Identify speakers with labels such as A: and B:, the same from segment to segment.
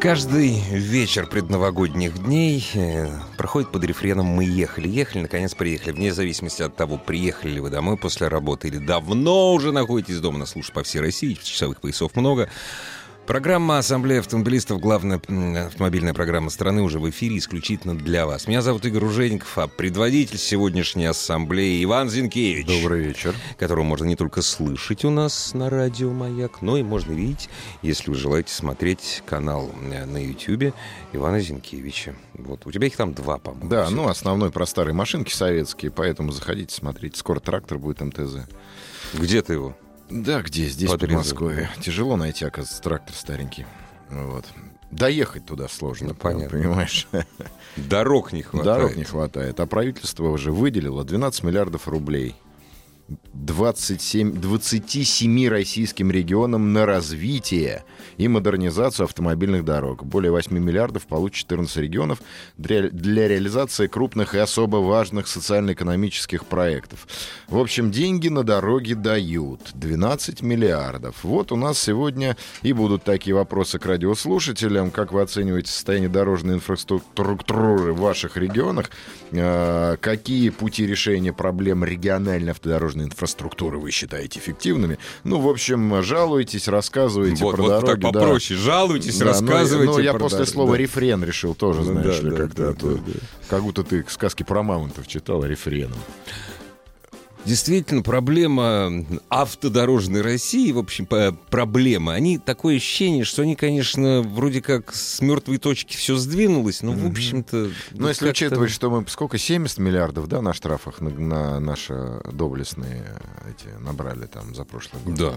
A: Каждый вечер предновогодних дней э, проходит под рефреном «Мы ехали, ехали, наконец приехали». Вне зависимости от того, приехали ли вы домой после работы или давно уже находитесь дома, нас слушают по всей России, часовых поясов много. Программа «Ассамблея автомобилистов», главная м, автомобильная программа страны, уже в эфире исключительно для вас. Меня зовут Игорь Ужеников, а предводитель сегодняшней ассамблеи Иван Зинкевич.
B: Добрый вечер.
A: которого можно не только слышать у нас на радио «Маяк», но и можно видеть, если вы желаете смотреть канал э, на YouTube Ивана Зинкевича. Вот. У тебя их там два, по-моему.
B: Да,
A: всё.
B: ну основной про старые машинки советские, поэтому заходите, смотрите. Скоро трактор будет МТЗ.
A: Где ты его?
B: Да, где? Здесь, в
A: Подрезал.
B: Подмосковье. Тяжело найти, оказывается, трактор старенький. Вот. Доехать туда сложно,
A: Ну, понятно.
B: понимаешь?
A: Дорог не хватает.
B: Дорог не хватает. А правительство уже выделило 12 миллиардов рублей 27, 27 российским регионам на развитие и модернизацию автомобильных дорог. Более 8 миллиардов получит 14 регионов для, для реализации крупных и особо важных социально-экономических проектов. В общем, деньги на дороги дают. 12 миллиардов. Вот у нас сегодня и будут такие вопросы к радиослушателям. Как вы оцениваете состояние дорожной инфраструктуры в ваших регионах? Э, Какие пути решения проблем региональной автодорожной инфраструктуры вы считаете эффективными? Ну, в общем, жалуйтесь, рассказывайте
A: Вот,
B: про
A: вот
B: дороги.
A: так
B: да.
A: попроще. Жалуйтесь,
B: Да, ну,
A: рассказывайте.
B: Ну, я
A: про
B: после
A: дороги.
B: слова
A: Да.
B: рефрен решил тоже,
A: Ну,
B: знаешь
A: да,
B: ли,
A: да,
B: когда
A: да,
B: то-
A: да, да.
B: Как будто ты сказки про мамонтов читал а рефреном.
A: Действительно, проблема автодорожной России, в общем, по- проблема. Они такое ощущение, что они, конечно, вроде как с мертвой точки все сдвинулось, но, в
B: Мгм.
A: общем-то...
B: Ну,
A: вот
B: если
A: как-то-
B: учитывать, что мы сколько, 70 миллиардов, да, на штрафах на, на наши доблестные эти набрали там за прошлый год.
A: Да.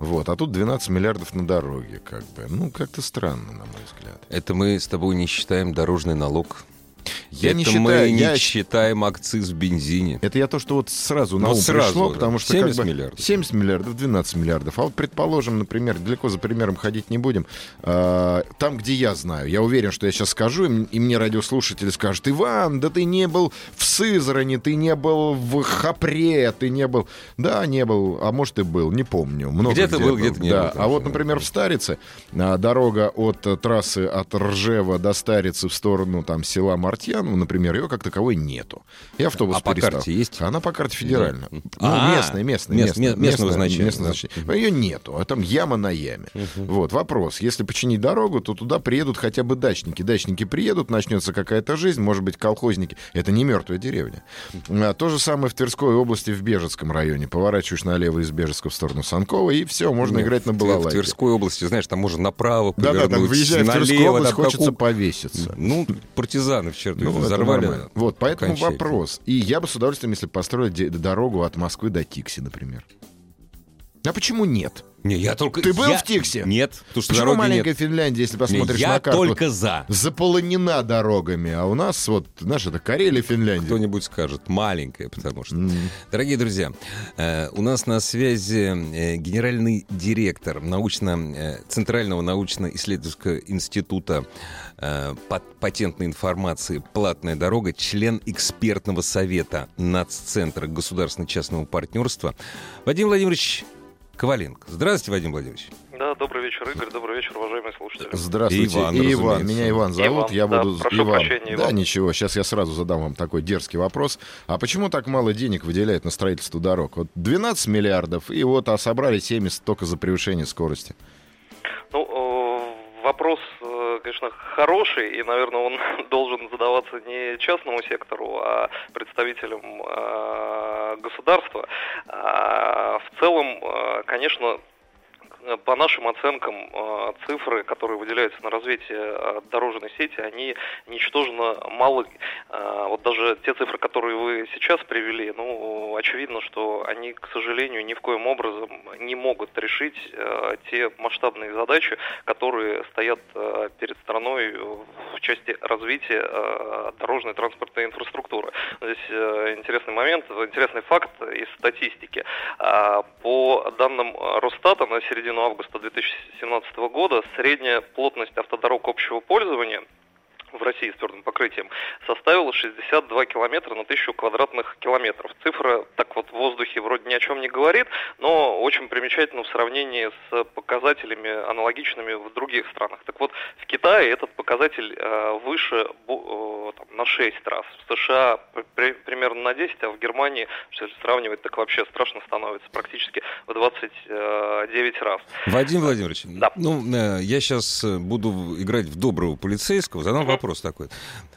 B: Вот, а тут 12 миллиардов на дороге, как бы. Ну, как-то странно, на мой взгляд.
A: Это мы с тобой не считаем дорожный налог.
B: Я
A: это
B: не
A: мы
B: считаю,
A: не
B: я-
A: считаем акциз в бензине.
B: Это я то, что вот сразу на
A: Вот
B: ум
A: сразу,
B: пришло,
A: да.
B: потому что...
A: 70
B: как бы
A: миллиардов.
B: 70 миллиардов, 12 миллиардов. А вот, предположим, например, далеко за примером ходить не будем. а, там, где я знаю, я уверен, что я сейчас скажу, и м- и мне радиослушатели скажут, Иван, да ты не был в Сызрани, ты не был в Хапре, ты не был... Да, не был, а может и был, не помню. Много
A: Где-то был, где-то не
B: да.
A: был,
B: А
A: конечно,
B: вот, например, в Старице а, дорога от э, трассы от Ржева до Старицы в сторону там села Мартьяну, например, ее как таковой нету. И автобус
A: А по
B: перестал.
A: карте есть?
B: Она по карте федеральная.
A: Да.
B: Ну,
A: А,
B: местная, местная,
A: мест-
B: местная.
A: ме- местного
B: местная,
A: значения,
B: местного
A: да.
B: значения. Но Ее нету, а там яма на яме. Вот вопрос. Если починить дорогу, то туда приедут хотя бы дачники. Дачники приедут, начнется какая-то жизнь, может быть, колхозники. Это не мертвая деревня. А, то же самое в Тверской области, в Бежецком районе. Поворачиваешь налево из Бежецка в сторону Санкова, и все, можно
A: Нет,
B: играть на
A: Ну, в Твер- В
B: балалайке.
A: Тверской области, знаешь, там можно направо
B: Да, да, там
A: повернуть,
B: выезжая в Тверскую
A: налево,
B: область,
A: там как
B: хочется
A: у-
B: повеситься.
A: Ну, партизаны вчера
B: Ну, это
A: взорвали.
B: нормально. Вот, поэтому
A: окончательно.
B: вопрос. И я бы с удовольствием, если бы построил де- дорогу от Москвы до Тикси, например. А почему нет?
A: Не, я только...
B: Ты был
A: я-
B: в Тиксе?
A: Нет, потому что
B: почему
A: дороги
B: маленькая
A: нет.
B: Финляндия, если посмотришь
A: я
B: на карту,
A: только за.
B: заполонена дорогами, а у нас вот, знаешь, это Карелия, Финляндия.
A: Кто-нибудь скажет, маленькая, потому что...
B: М.
A: Дорогие друзья, э, у нас на связи э, генеральный директор научно, э, Центрального научно-исследовательского института э, пат- патентной информации «Платная дорога», член экспертного совета Наццентра государственно-частного партнерства Вадим Владимирович Коваленко. Здравствуйте, Вадим Владимирович.
C: Да, добрый вечер, Игорь, добрый вечер, уважаемые слушатели.
B: Здравствуйте,
A: Иван,
B: И Иван.
A: разумеется.
B: Меня Иван зовут.
C: Иван,
B: я
C: да,
B: буду
C: прошу
B: Иван.
C: прощения,
B: Да
C: Иван.
B: ничего. Сейчас я сразу задам вам такой дерзкий вопрос. А почему так мало денег выделяют на строительство дорог? Вот 12 миллиардов, и вот а собрали 70 только за превышение скорости.
C: Ну, э, вопрос, э, конечно, хороший, и, наверное, он должен задаваться не частному сектору, а представителям э, государства. А В целом, э, конечно, по нашим оценкам, э, цифры, которые выделяются на развитие э, дорожной сети, они ничтожно малы. А, Вот даже те цифры, которые вы сейчас привели, ну, очевидно, что они, к сожалению, ни в коем образом не могут решить а, те масштабные задачи, которые стоят а, перед страной в части развития а, дорожной транспортной инфраструктуры. Здесь а, интересный момент, интересный факт из статистики. А, По данным Росстата на середину августа 2017 года средняя плотность автодорог общего пользования в России с твердым покрытием составила 62 километра на тысячу квадратных километров. Цифра так вот в воздухе вроде ни о чем не говорит, но очень примечательна в сравнении с показателями аналогичными в других странах. Так вот, в Китае этот показатель э, выше э, там, на 6 раз, в США при, примерно на 10, а в Германии, если сравнивать, так вообще страшно становится, практически в 29 раз.
A: Вадим Владимирович, да. ну, я сейчас буду играть в доброго полицейского, задам вопрос вопрос такой.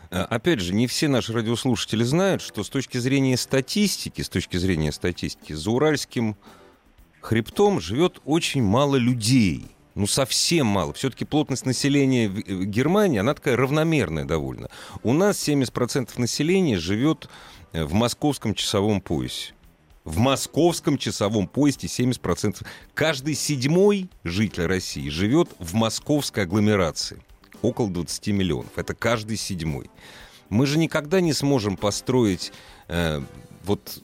A: Э, Опять же, не все наши радиослушатели знают, что с точки зрения статистики, с точки зрения статистики, за Уральским хребтом живет очень мало людей. Ну, совсем мало. Все-таки плотность населения э, Германии, она такая равномерная довольно. У нас 70% населения живет в московском часовом поясе. В московском часовом поезде 70%. Каждый седьмой житель России живет в московской агломерации около 20 миллионов. Это каждый седьмой. Мы же никогда не сможем построить э, вот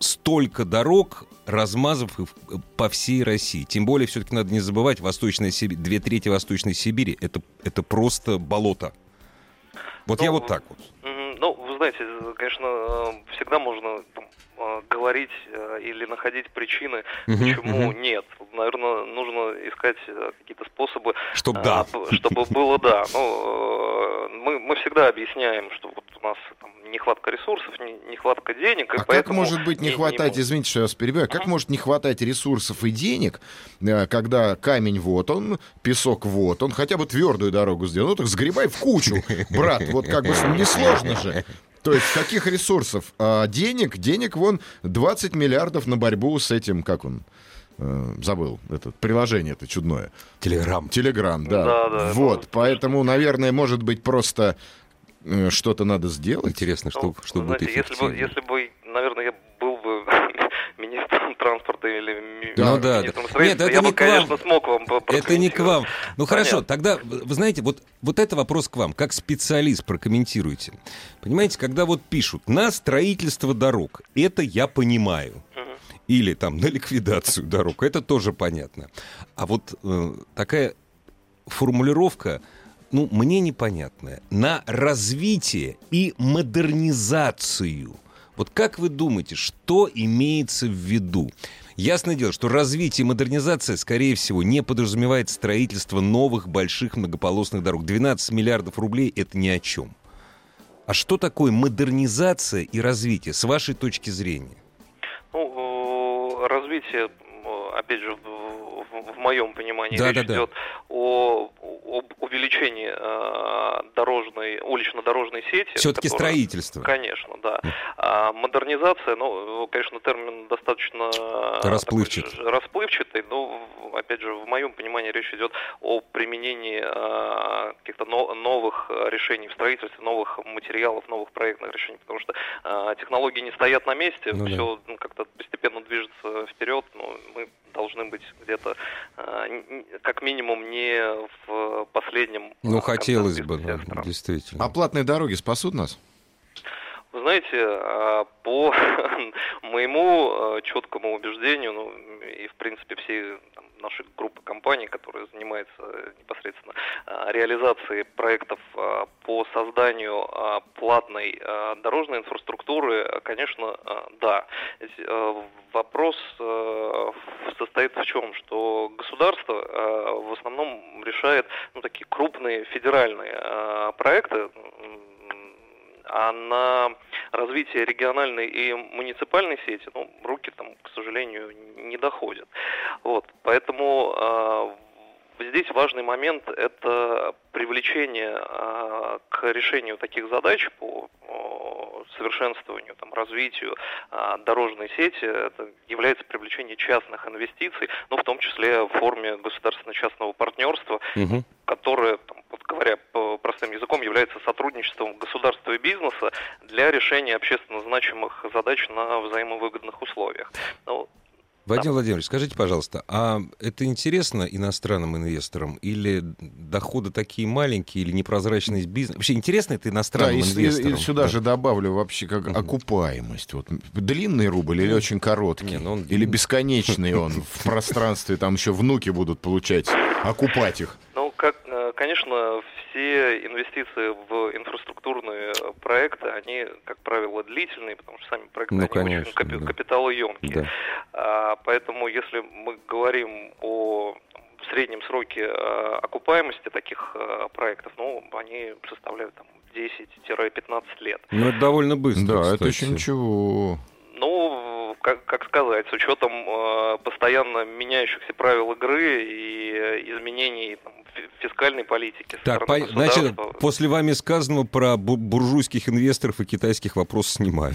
A: столько дорог, размазав их э, по всей России. Тем более, все-таки надо не забывать, Восточная Сибирь, две трети Восточной Сибири это, это просто болото. Вот ну, я вот так вот.
C: Ну, вы знаете, конечно, э, всегда можно там, э, говорить или находить причины, угу, почему угу. нет. Наверное, нужно искать э, какие-то способы,
A: чтобы, да.
C: чтобы было да. Ну, мы, мы всегда объясняем, что вот у нас там, нехватка ресурсов, не, нехватка денег.
B: а как может быть не, не хватать, не извините, что я вас перебиваю, угу. как может не хватать ресурсов и денег, э, когда камень вот он, песок вот он, хотя бы твердую дорогу сделал, ну так сгребай в кучу, брат, вот как бы несложно же. То есть каких ресурсов? А, денег, денег вон 20 миллиардов на борьбу с этим, как он? Э, забыл это приложение это чудное.
A: Телеграм.
B: Телеграм, да. да, да вот, это... поэтому, наверное, может быть просто э, что-то надо сделать.
A: Интересно, что, ну, что
C: знаете,
A: будет
C: эффективно. Если бы, если бы, наверное, я был бы министром транспорта или
A: да, ну, да, да. Нет, это
C: я
A: не
C: бы, к вам. конечно, смог вам
A: Это не к вам. Ну Понятно. хорошо, тогда, вы знаете, вот, вот это вопрос к вам. Как специалист прокомментируйте. Понимаете, когда вот пишут, на строительство дорог, это я понимаю. Угу. Или там на ликвидацию дорог, это тоже понятно. А вот э, такая формулировка, ну, мне непонятная, на развитие и модернизацию – вот как вы думаете, что имеется в виду? Ясное дело, что развитие и модернизация, скорее всего, не подразумевает строительство новых больших многополосных дорог. 12 миллиардов рублей — это ни о чем. А что такое модернизация и развитие, с вашей точки зрения?
C: Ну, развитие, э, опять же, в моем понимании да, речь да, идет да. О, об увеличении э, дорожной, улично-дорожной сети.
A: Все-таки которая, строительство.
C: Конечно, да. А модернизация, ну, конечно, термин достаточно
A: расплывчатый.
C: Такой, расплывчатый, но, опять же, в моем понимании речь идет о применении э, каких-то но, новых решений в строительстве, новых материалов, новых проектных решений, потому что э, технологии не стоят на месте, ну, все да. ну, как-то постепенно движется вперед, но мы должны быть где-то а, как минимум не в последнем. а,
A: Ну хотелось бы, да, действительно.
B: А платные дороги спасут нас?
C: Вы знаете, а, по моему четкому убеждению, ну и в принципе все там, нашей группы компаний, которая занимается непосредственно а, реализацией проектов а, по созданию а, платной а, дорожной инфраструктуры, конечно, а, да. а, Вопрос а, состоит в чем, что государство а, в основном решает ну, такие крупные федеральные проекты, а на развитие региональной и муниципальной сети, ну, руки там, к сожалению, не доходят. Вот, поэтому э, здесь важный момент – а, это привлечение э, к решению таких задач по совершенствованию, там, развитию а, дорожной сети это является привлечение частных инвестиций, ну, в том числе в форме государственно-частного партнерства,
A: Мгм.
C: которое, там, вот говоря по- простым языком, является сотрудничеством государства и бизнеса для решения общественно значимых задач на взаимовыгодных условиях. Ну,
A: Вадим Владимирович, скажите, пожалуйста, а это интересно иностранным инвесторам или доходы такие маленькие или непрозрачный бизнес? Вообще интересно это
B: Да,
A: иностранным
B: и, и- и
A: инвесторам?
B: сюда
A: Да.
B: же добавлю вообще как
A: Мгм.
B: окупаемость. Вот длинный рубль или очень короткий?
A: Не, ну он-
B: Или бесконечный он в пространстве, там еще внуки будут получать, окупать их.
C: Ну, как, э, конечно, все инвестиции в инфраструктурные э, проекты, они, как правило, длительные, потому что сами проекты
A: Ну,
C: они
A: конечно,
C: очень капи-
A: да.
C: капиталоемкие.
A: Да.
C: А, поэтому, если мы говорим о там, в среднем сроке э, окупаемости таких э, проектов, ну, они составляют там 10-15 лет.
A: Ну, это довольно быстро,
B: Да, это
A: кстати.
B: еще ничего.
C: Ну, как, как сказать, с учетом э, постоянно меняющихся правил игры и э, изменений там, фи- фискальной политики. со
A: Так,
C: стороны
A: пон- значит,
C: государства.
A: после вами сказанного про бу- буржуйских инвесторов и китайских вопрос снимаю.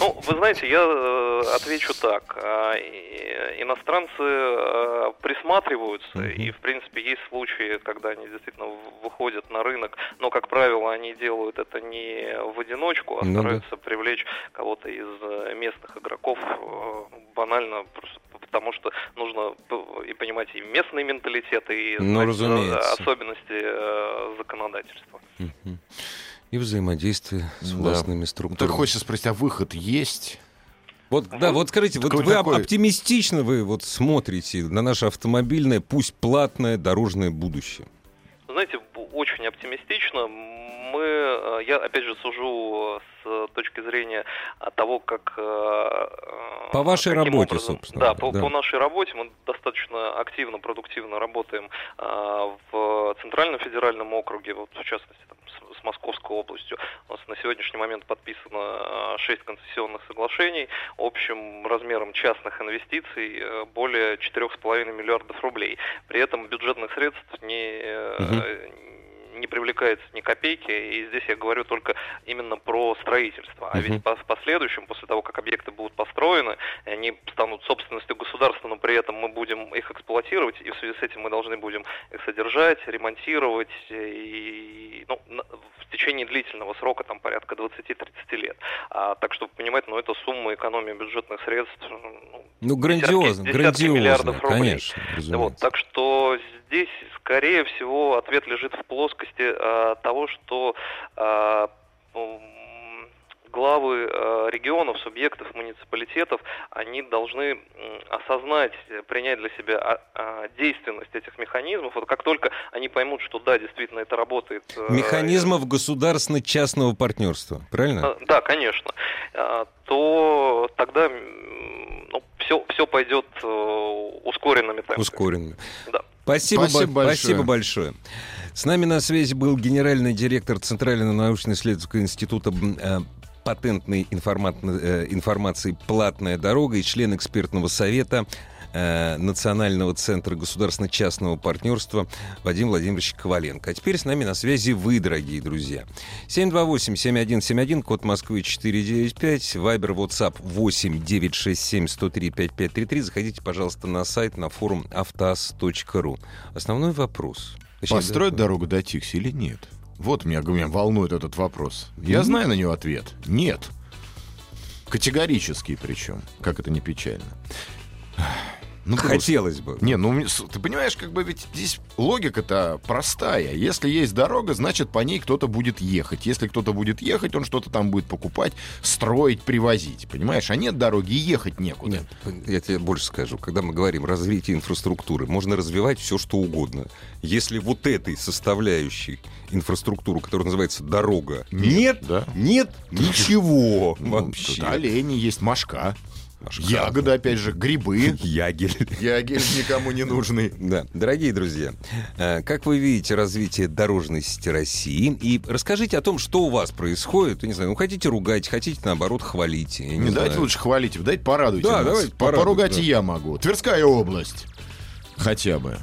C: Ну, вы знаете, я э, отвечу так. А, и- Иностранцы э, присматриваются,
A: Мгм.
C: и, в принципе, есть случаи, когда они действительно в- выходят на рынок, но, как правило, они делают это не в одиночку, а
A: Ну да.
C: стараются привлечь кого-то из э, местных игроков э, банально просто п- потому что нужно п- и понимать и местный менталитет, и
A: Ну,
C: знать, э,
A: разумеется.
C: особенности э, законодательства.
A: Мгм. И взаимодействие с
B: Да.
A: властными
B: Ну, так
A: структурами.
B: хочется спросить, а выход есть?
A: Вот, да, вот скажите, вот
B: Такой-
A: вы
B: такой-
A: оптимистично вы вот смотрите на наше автомобильное, пусть платное дорожное будущее.
C: Знаете, б- очень оптимистично. Мы, э, я опять же сужу э, с точки зрения э, того, как э, э,
A: По вашей
C: каким
A: работе, собственно,
C: Да,
A: да.
C: по, по нашей работе мы достаточно активно, продуктивно работаем э, в Центральном федеральном округе, вот в частности там, с, с Московской областью. У нас на сегодняшний момент подписано 6 концессионных соглашений общим размером частных инвестиций э, более 4,5 миллиардов рублей. При этом бюджетных средств не, э, не привлекается ни копейки, и здесь я говорю только именно про строительство. А
A: Мгм.
C: ведь по- в последующем, после того, как объекты будут построены, и они станут собственностью государства, но при этом мы будем их эксплуатировать, и в связи с этим мы должны будем их содержать, ремонтировать, и, ну, на- в течение длительного срока, там порядка 20-30 лет. А, так что, понимаете, ну, это сумма экономии бюджетных средств, ну,
A: Ну, грандиозно,
C: десятки
A: грандиозно,
C: миллиардов рублей.
A: конечно,
C: вот,
A: разумеется.
C: так что здесь, скорее всего, ответ лежит в плоскости э, того, что э, ну, м, главы э, регионов, субъектов, муниципалитетов, они должны м, осознать, э, принять для себя а, а, действенность этих механизмов. Вот как только они поймут, что да, действительно это работает. э,
A: Механизмов государственно-частного партнерства, правильно?
C: Э, Да, конечно. Э, То тогда м, ну, все, все пойдет э, ускоренными темпами.
A: Ускоренно.
C: Да.
A: Спасибо, бо-
B: Спасибо большое.
A: спасибо большое. С нами на связи был генеральный директор Центрального научно-исследовательского института м, э, патентной информат- э, информации «Платная дорога» и член экспертного совета э, Национального центра государственно-частного партнерства Вадим Владимирович Коваленко. А теперь с нами на связи вы, дорогие друзья. 728-7171, код Москвы 495, Вайбер, WhatsApp 8-967-103-5533. Заходите, пожалуйста, на сайт, на форум автоаз.ру. Основной вопрос. Точнее,
B: Построят
A: да,
B: дорогу до Тикси или нет? Вот меня, меня волнует этот вопрос. Я
A: Мгм.
B: знаю на него ответ. Нет. Категорический причем. Как это не печально. Ну, просто.
A: Хотелось бы.
B: Не, ну мне- с- ты понимаешь, как бы ведь здесь логика-то простая. Если есть дорога, значит по ней кто-то будет ехать. Если кто-то будет ехать, он что-то там будет покупать, строить, привозить. Понимаешь? А нет дороги, и ехать некуда.
A: Нет, я тебе больше скажу. Когда мы говорим развитие инфраструктуры, можно развивать все, что угодно. Если вот этой составляющей инфраструктуру, которая называется дорога, нет,
B: Да.
A: нет ничего
B: Ну,
A: вообще. ну.
B: тут олени есть, мошка,
A: Машка.
B: ягода, опять же, грибы.
A: Ягель.
B: Ягель никому не нужный.
A: Да, дорогие друзья, э, как вы видите развитие дорожной сети России? И расскажите о том, что у вас происходит. Я не знаю, ну хотите ругать, хотите наоборот хвалить. Я не
B: Не, давайте
A: знаю.
B: лучше хвалите, дайте порадуйте
A: Да,
B: нас.
A: давайте
B: По-
A: порадуйте,
B: Поругать
A: да.
B: и я могу. Тверская область. Хотя бы.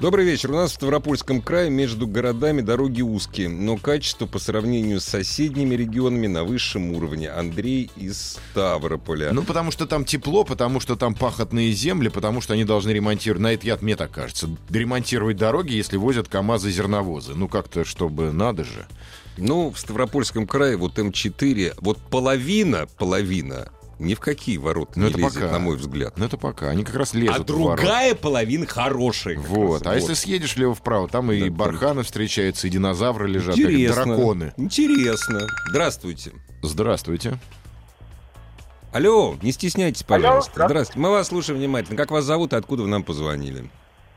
A: Добрый вечер. У нас в Ставропольском крае между городами дороги узкие, но качество по сравнению с соседними регионами на высшем уровне. Андрей из Ставрополя.
B: Ну, потому что там тепло, потому что там пахотные земли, потому что они должны ремонтировать. На этот яд, мне так кажется, ремонтировать дороги, если возят КАМАЗы-зерновозы. Ну, как-то, чтобы надо же.
A: Ну, в Ставропольском крае вот М4, вот половина, половина ни в какие ворота
B: Ну,
A: не
B: это
A: лезет,
B: пока.
A: на мой взгляд.
B: Но это пока. Они как раз лезут
A: а
B: в ворота.
A: другая половина хорошая. как
B: Вот.
A: раз.
B: А если съедешь лево-вправо, там
A: Да,
B: и
A: там-
B: барханы встречаются, и динозавры лежат, и
A: Интересно.
B: драконы.
A: Интересно. Здравствуйте.
B: Здравствуйте.
A: Алло, не стесняйтесь, пожалуйста.
D: здравствуйте.
A: Здравствуйте. Мы вас слушаем внимательно. Как вас зовут и откуда вы нам позвонили?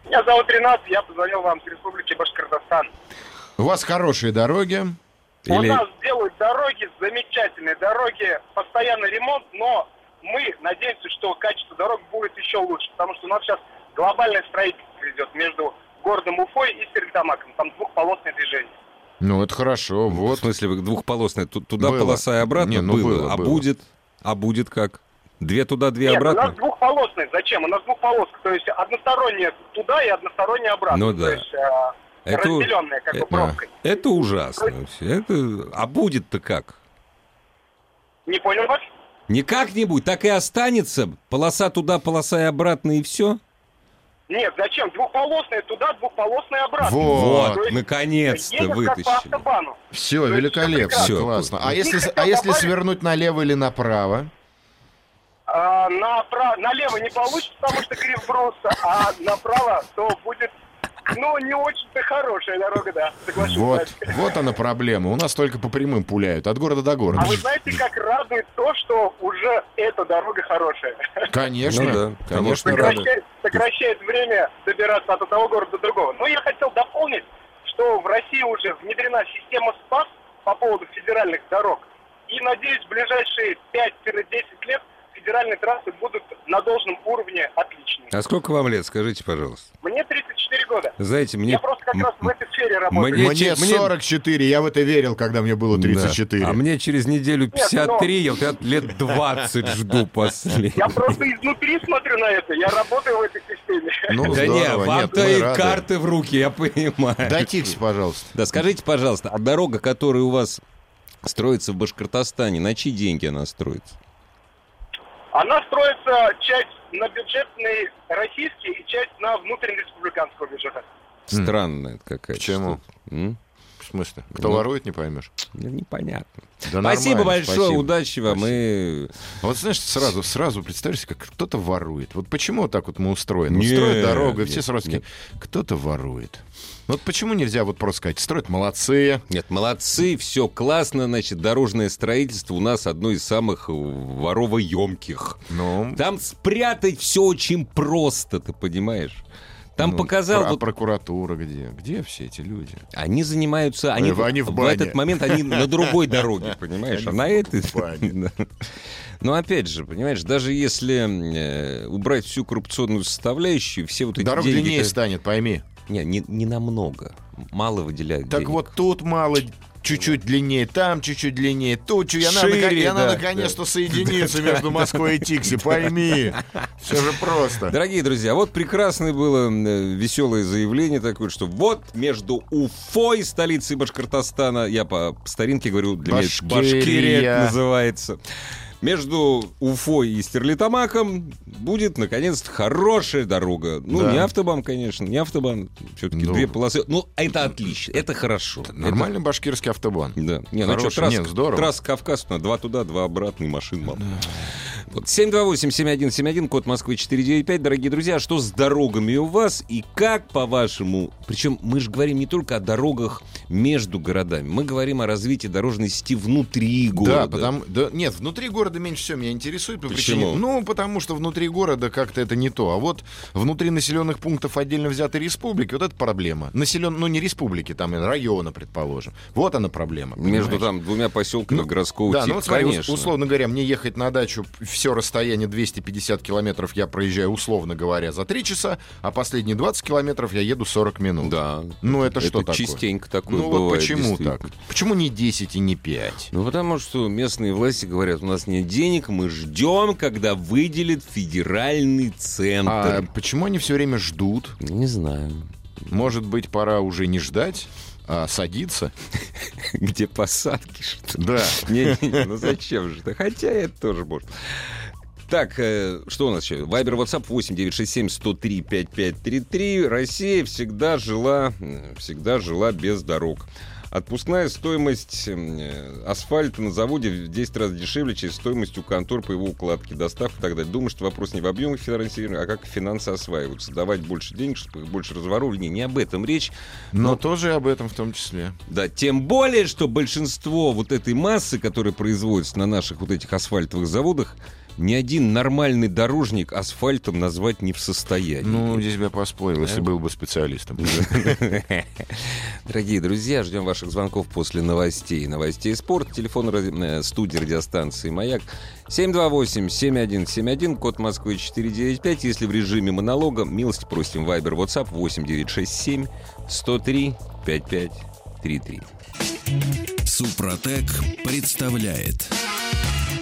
D: Меня зовут Ренат, я позвонил вам с Республики Башкортостан.
B: У вас хорошие дороги.
D: У
A: Или-
D: нас делают дороги, замечательные дороги, постоянный ремонт, но мы надеемся, что качество дорог будет еще лучше, потому что у нас сейчас глобальное строительство идет между городом Уфой и Стерлитамаком. Там двухполосное движение.
B: Ну, это хорошо.
A: В
B: Вот.
A: смысле, вы двухполосная, ту- туда
B: Было.
A: полоса и обратно?
B: Не, ну,
A: было.
B: было,
A: А
B: было.
A: будет? А будет как? Две туда, две
D: Нет, у
A: обратно?
D: нас двухполосное. Зачем? У нас двухполоска. То есть односторонняя туда и односторонняя обратно.
A: Ну да.
D: То есть э,
A: Это,
D: разделенная как
A: э,
D: бы пробкой.
A: это ужасно. вообще. Это... А будет-то как? а.
D: Не понял вас?
A: Не как-нибудь, так и останется. Полоса туда, полоса и обратно, и все?
D: Нет, зачем? Двухполосная туда, двухполосная обратно.
B: Вот.
D: То есть
A: наконец-то
D: едешь как по
A: вытащили.
D: автобану.
B: Все,
D: То есть
B: великолепно.
A: всё прекрасно.
B: классно. А
D: Всё.
B: если,
D: Никто
B: а если
D: добавит?
B: свернуть налево или направо?
D: А, напра- налево не получится, потому что крив броса, а направо то будет, ну, не очень-то хорошая дорога, да, соглашусь.
B: Вот,
D: Саш.
B: вот она проблема. У нас только по прямым пуляют, от города до города.
D: А вы знаете, как радует то, что уже эта дорога хорошая.
B: Конечно,
A: Ну да,
B: конечно,
A: конечно,
B: радует.
D: Сокращает, сокращает время добираться от одного города до другого. Но я хотел дополнить, что в России уже внедрена система СПАС по поводу федеральных дорог. И, надеюсь, в ближайшие 5-10 лет федеральные трассы будут на должном уровне отличными.
A: А сколько вам лет, скажите, пожалуйста?
D: Мне 34 года.
A: Знаете, мне...
D: Я просто как раз в этой сфере работаю.
A: Мне
B: Мне
A: че- мне-
B: 44, я в это верил, когда мне было 34.
A: Да. А мне через неделю 53,
D: но-
A: я вот это лет 20 жду последних.
D: ну, Я просто изнутри смотрю на это. Я работаю в этой системе.
B: Ну,
A: Да не,
B: здорово, нет,
A: вам-то
B: мы
A: и
B: рады.
A: карты в руки, я понимаю.
B: Дайте их, пожалуйста.
A: Да, скажите, пожалуйста, а дорога, которая у вас строится в Башкортостане, на чьи деньги она строится?
B: Хм.
D: Она строится часть на бюджетный российский и часть на внутреннереспубликанского бюджета.
A: Странная это какая-то.
B: Почему?
A: штука. М?
B: В смысле? Кто
A: Ну.
B: ворует, не поймешь.
A: Ну, Непонятно.
B: Да
A: спасибо
B: Ну, нормально,
A: большое,
B: спасибо.
A: удачи вам.
B: Спасибо.
A: И...
B: А Вот знаешь, сразу, сразу представь себе, как кто-то ворует. Вот почему вот так вот мы устроены?
A: Нет,
B: Устроят дорогу, и все
A: нет,
B: сразу такие, кто-то ворует. Вот почему нельзя вот просто сказать, строят молодцы.
A: Нет, молодцы, все классно, значит, дорожное строительство у нас одно из самых э, воровоемких.
B: Ну,
A: Там спрятать все очень просто, ты понимаешь? Там
B: ну,
A: показал,
B: про- а
A: вот
B: прокуратура где? Где все эти люди?
A: они занимаются, они,
B: Э, в- они в
A: в
B: бане.
A: этот момент они на другой дороге, понимаешь, а
B: Они
A: на
B: в
A: этой...
B: бане.
A: Да. Но опять же, понимаешь, даже если э, убрать всю коррупционную составляющую, все вот эти
B: Дорог
A: деньги...
B: длиннее
A: которые-
B: станет, пойми.
A: Не, не, не намного. Мало выделяют
B: Так
A: денег.
B: вот тут мало, чуть-чуть длиннее, там чуть-чуть длиннее, тут чуть. Я надо,
A: Шире,
B: я надо,
A: да,
B: конечно, соединиться между Москвой и Тикси, пойми. Все же просто.
A: Дорогие друзья, вот прекрасное было э, веселое заявление такое, что вот между Уфой, столицей Башкортостана, я по старинке говорю, для меня это
B: Башкирия.
A: Башкирия это называется, между Уфой и Стерлитамаком будет, наконец-то, хорошая дорога. Ну,
B: Да.
A: не автобан, конечно, не автобан, все-таки
B: Ну.
A: две полосы. Ну, это отлично, это хорошо.
B: Нормальный башкирский автобан.
A: Да. Не, ну
B: Хороший.
A: что, трасса,
B: Нет, здорово.
A: трасса Кавказ, на два туда, два обратно, и машин мало. Вот, 728-7171, код Москвы 495. Дорогие друзья, что с дорогами у вас и как, по-вашему, причем мы же говорим не только о дорогах между городами, мы говорим о развитии дорожной сети внутри города.
B: Да, потому да, нет, внутри города меньше всего меня интересует. По
A: Почему?
B: причине- ну, потому что внутри города как-то это не то. А вот внутри населенных пунктов отдельно взятой республики, вот это проблема. Населен, ну не республики, там района, предположим. Вот она проблема.
A: Между
B: понимаешь?
A: там двумя поселками
B: Ну,
A: городского
B: да,
A: типа,
B: ну вот смотри, ус-
A: конечно.
B: условно говоря, мне ехать на дачу все расстояние 250 километров я проезжаю, условно говоря, за 3 часа, а последние 20 километров я еду 40 минут.
A: Да.
B: Ну это, что такое?
A: частенько такое
B: Ну вот
A: бывает,
B: почему
A: действительно.
B: так? Почему не 10 и не 5?
A: Ну, потому что местные власти говорят, у нас нет денег, мы ждем, когда выделит федеральный центр.
B: А почему они все время ждут?
A: А, Не знаю.
B: Может быть, пора уже не ждать, а садиться?
A: Где посадки, что ли?
B: Да.
A: Не-не-не, ну зачем же это? Хотя это тоже может. Так, э, что у нас еще? Вайбер, WhatsApp 8967 103 5533. Россия всегда жила, э, всегда жила без дорог. Отпускная стоимость э, асфальта на заводе в 10 раз дешевле, чем стоимость у контор по его укладке, доставка и так далее. Думаю, что вопрос не в объемах финансирования, а как финансы осваиваются. Давать больше денег, чтобы их больше разворовывали. Не, не об этом речь.
B: Но
A: Ну.
B: тоже об этом в том числе.
A: Да, тем более, что большинство вот этой массы, которая производится на наших вот этих асфальтовых заводах, ни один нормальный дорожник асфальтом назвать не в состоянии.
B: Ну, здесь бы я поспорил,
A: э.
B: если был бы специалистом.
A: Дорогие друзья, ждем ваших звонков после новостей. Новостей спорт. Телефон ради- э, студии радиостанции «Маяк» 728-7171, код Москвы 495. Если в режиме монолога, милости просим. Вайбер, WhatsApp 8967 103 5533.
E: Супротек представляет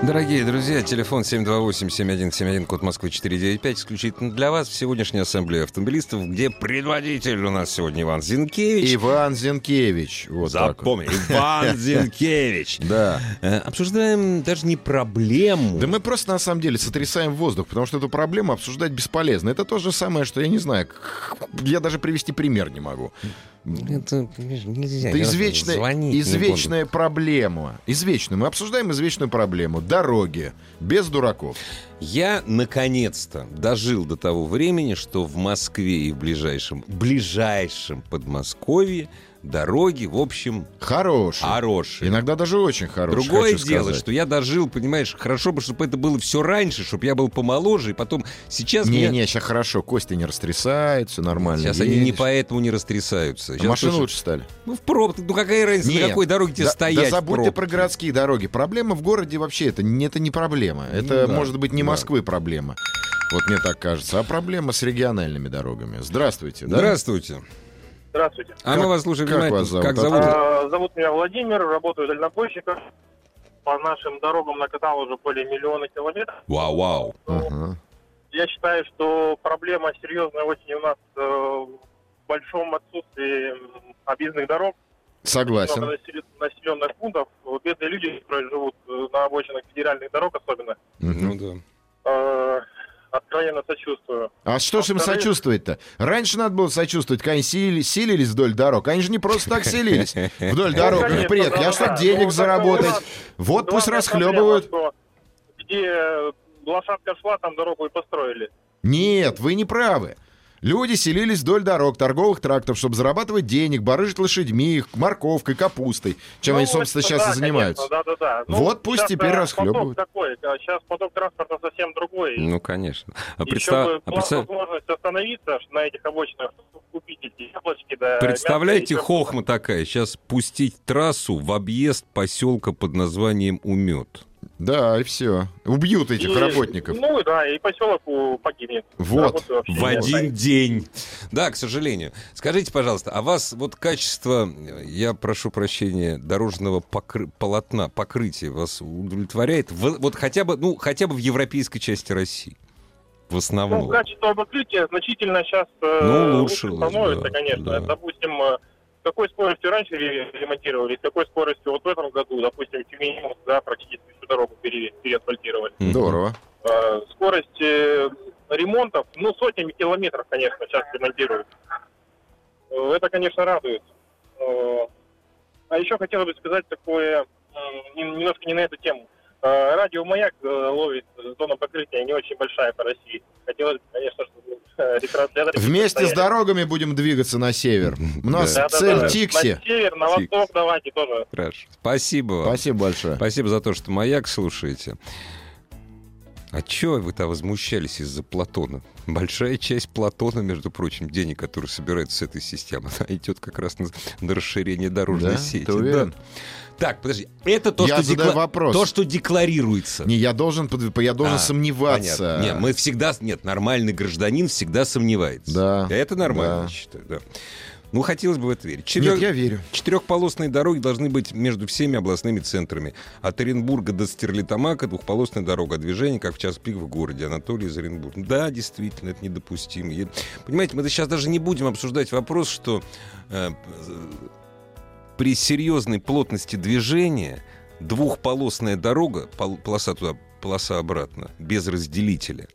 A: Дорогие друзья, телефон 728-7171, код Москвы 495, исключительно для вас в сегодняшней ассамблее автомобилистов, где предводитель у нас сегодня Иван Зинкевич.
B: Иван Зинкевич. Вот так вот.
A: Запомни, Иван Зинкевич.
B: Да.
A: Э, Обсуждаем даже не проблему.
B: Да мы просто на самом деле сотрясаем воздух, потому что эту проблему обсуждать бесполезно. Это то же самое, что я не знаю, к- я даже привести пример не могу.
A: Это, понимаешь, нельзя.
B: Это
A: Я
B: извечная,
A: звонить не
B: извечная проблема. Извечную. Мы обсуждаем извечную проблему. Дороги. Без дураков.
A: буду. Я, наконец-то, дожил до того времени, что в Москве и в ближайшем, ближайшем Подмосковье дороги, в общем,
B: Хорошие.
A: хорошие.
B: Иногда даже очень хорошие.
A: Другое
B: хочу
A: дело,
B: сказать.
A: что я дожил, понимаешь, хорошо бы, чтобы это было все раньше, чтобы я был помоложе, и потом сейчас мне-
B: Не-не, сейчас хорошо, кости не растрясают, все нормально.
A: Сейчас они не
B: едешь.
A: поэтому не растрясаются.
B: А
A: Сейчас,
B: Машины
A: слушай,
B: лучше стали.
A: Ну, в пробке. Ну, какая разница,
B: Не,
A: на какой дороге тебе
B: да,
A: стоять?
B: Да
A: в
B: забудь ты
A: пробке?
B: про городские дороги. Проблема в городе вообще это, не- это не проблема. Это
A: Ну да,
B: может быть не
A: да.
B: Москвы проблема. Вот мне так кажется. А проблема с региональными дорогами. Здравствуйте. да?
A: Здравствуйте.
D: Здравствуйте.
A: А
B: Как-
A: мы вас слушаем
B: как
A: внимательно.
B: вас зовут?
A: Как зовут?
D: А, Зовут меня Владимир, работаю дальнобойщиком. По нашим дорогам накатал уже более миллиона километров.
A: Вау, вау.
B: Ага.
D: Я считаю, что проблема серьезная очень у нас э, в большом отсутствии м, объездных дорог.
B: Согласен.
D: Много насел- населенных пунктов. Бедные люди, которые живут э, на обочинах федеральных дорог особенно,
B: Мгм.
A: Ну да.
D: э, откровенно сочувствую.
B: А что ж им
D: Во-вторых-
B: сочувствовать-то? Раньше надо было сочувствовать, когда они сили- силились вдоль дорог. Они же не просто так силились вдоль дорог.
D: Ну, конечно,
B: Привет, я
D: да,
B: что
D: да. Ну,
B: денег
D: вот
B: заработать.
D: такой
B: Вот пусть
D: Главная проблема,
B: расхлебывают.
D: что Где э, лошадка шла, там дорогу и построили.
B: Нет, вы не правы. Люди селились вдоль дорог, торговых трактов, чтобы зарабатывать денег, барыжить лошадьми, их морковкой, капустой, чем
D: Ну,
B: они, собственно,
D: это
B: сейчас
D: да,
B: и занимаются.
D: конечно, да-да-да. Ну,
B: Вот пусть
D: сейчас,
B: теперь
D: э,
B: расхлебывают.
D: Поток такой, а сейчас поток транспорта совсем другой. И
A: Ну, конечно. А
D: Еще
A: представ-
D: бы
A: а
D: была
A: представ-
D: возможность остановиться на этих обочинах, чтобы купить эти яблочки. Да,
A: Представляете,
D: мясо,
A: хохма такая, сейчас пустить трассу в объезд поселка под названием Умет.
B: Да, и все. Убьют
D: и-
B: этих
D: и-
B: работников.
D: Ну да, и поселок у- погибнет.
B: Вот.
D: Работы вообще
A: В
D: не
A: один
D: останется.
A: день. Да, к сожалению. Скажите, пожалуйста, а вас вот качество, э, я прошу прощения, дорожного покры- полотна, покрытия вас удовлетворяет? В- вот хотя бы, ну, хотя бы в европейской части России. В основном.
D: Ну, качество обогрения значительно сейчас
A: Ну, лучше, лучше,
D: становится,
A: да,
D: конечно.
A: да.
D: Допустим, э, с какой скоростью раньше ре- ремонтировали, с какой скоростью вот в этом году, допустим, Тюмень, да, практически всю дорогу пере- переасфальтировали.
A: Мгм.
B: Здорово.
D: Э, Скорость э, ремонтов, ну, сотнями километров, конечно, сейчас ремонтируют. Э, Это, конечно, радует. Э, А еще хотел бы сказать такое, м, не- немножко не на эту тему. Э, Радио «Маяк» э, ловит зона покрытия не очень большая по России. Хотелось бы, конечно, чтобы э, ретрансляторы
B: Вместе с
D: стояли.
B: дорогами будем двигаться на север. У нас
A: Да,
B: цель
D: Да-да-да.
B: Тикси.
D: На север, на
A: Тикси.
D: восток давайте тоже.
A: Хорошо. Спасибо вам.
B: Спасибо большое.
A: Спасибо за то, что «Маяк» слушаете. А чего вы там возмущались из-за Платона? Большая часть Платона, между прочим, денег, которые собираются с этой системы, она идет как раз на, на расширение дорожной
B: Да?
A: сети.
B: Ты уверен?
A: Так, подожди. Это то,
B: Я
A: что,
B: задаю
A: декла-
B: вопрос.
A: то, что декларируется.
B: Не, я должен, под- я должен
A: А,
B: сомневаться.
A: Понятно. Нет, мы всегда... Нет, нормальный гражданин всегда сомневается.
B: Да.
A: Это нормально,
B: Да.
A: я считаю, да. Ну, хотелось бы в это верить. Четыре-
B: Нет, я верю.
A: Четырехполосные дороги должны быть между всеми областными центрами. От Оренбурга до Стерлитамака двухполосная дорога. Движение, как в час пик в городе. Анатолий из Оренбурга. Да, действительно, это недопустимо. И- Понимаете, мы сейчас даже не будем обсуждать вопрос, что э, при серьезной плотности движения двухполосная дорога, пол- полоса туда, полоса обратно, без разделителя.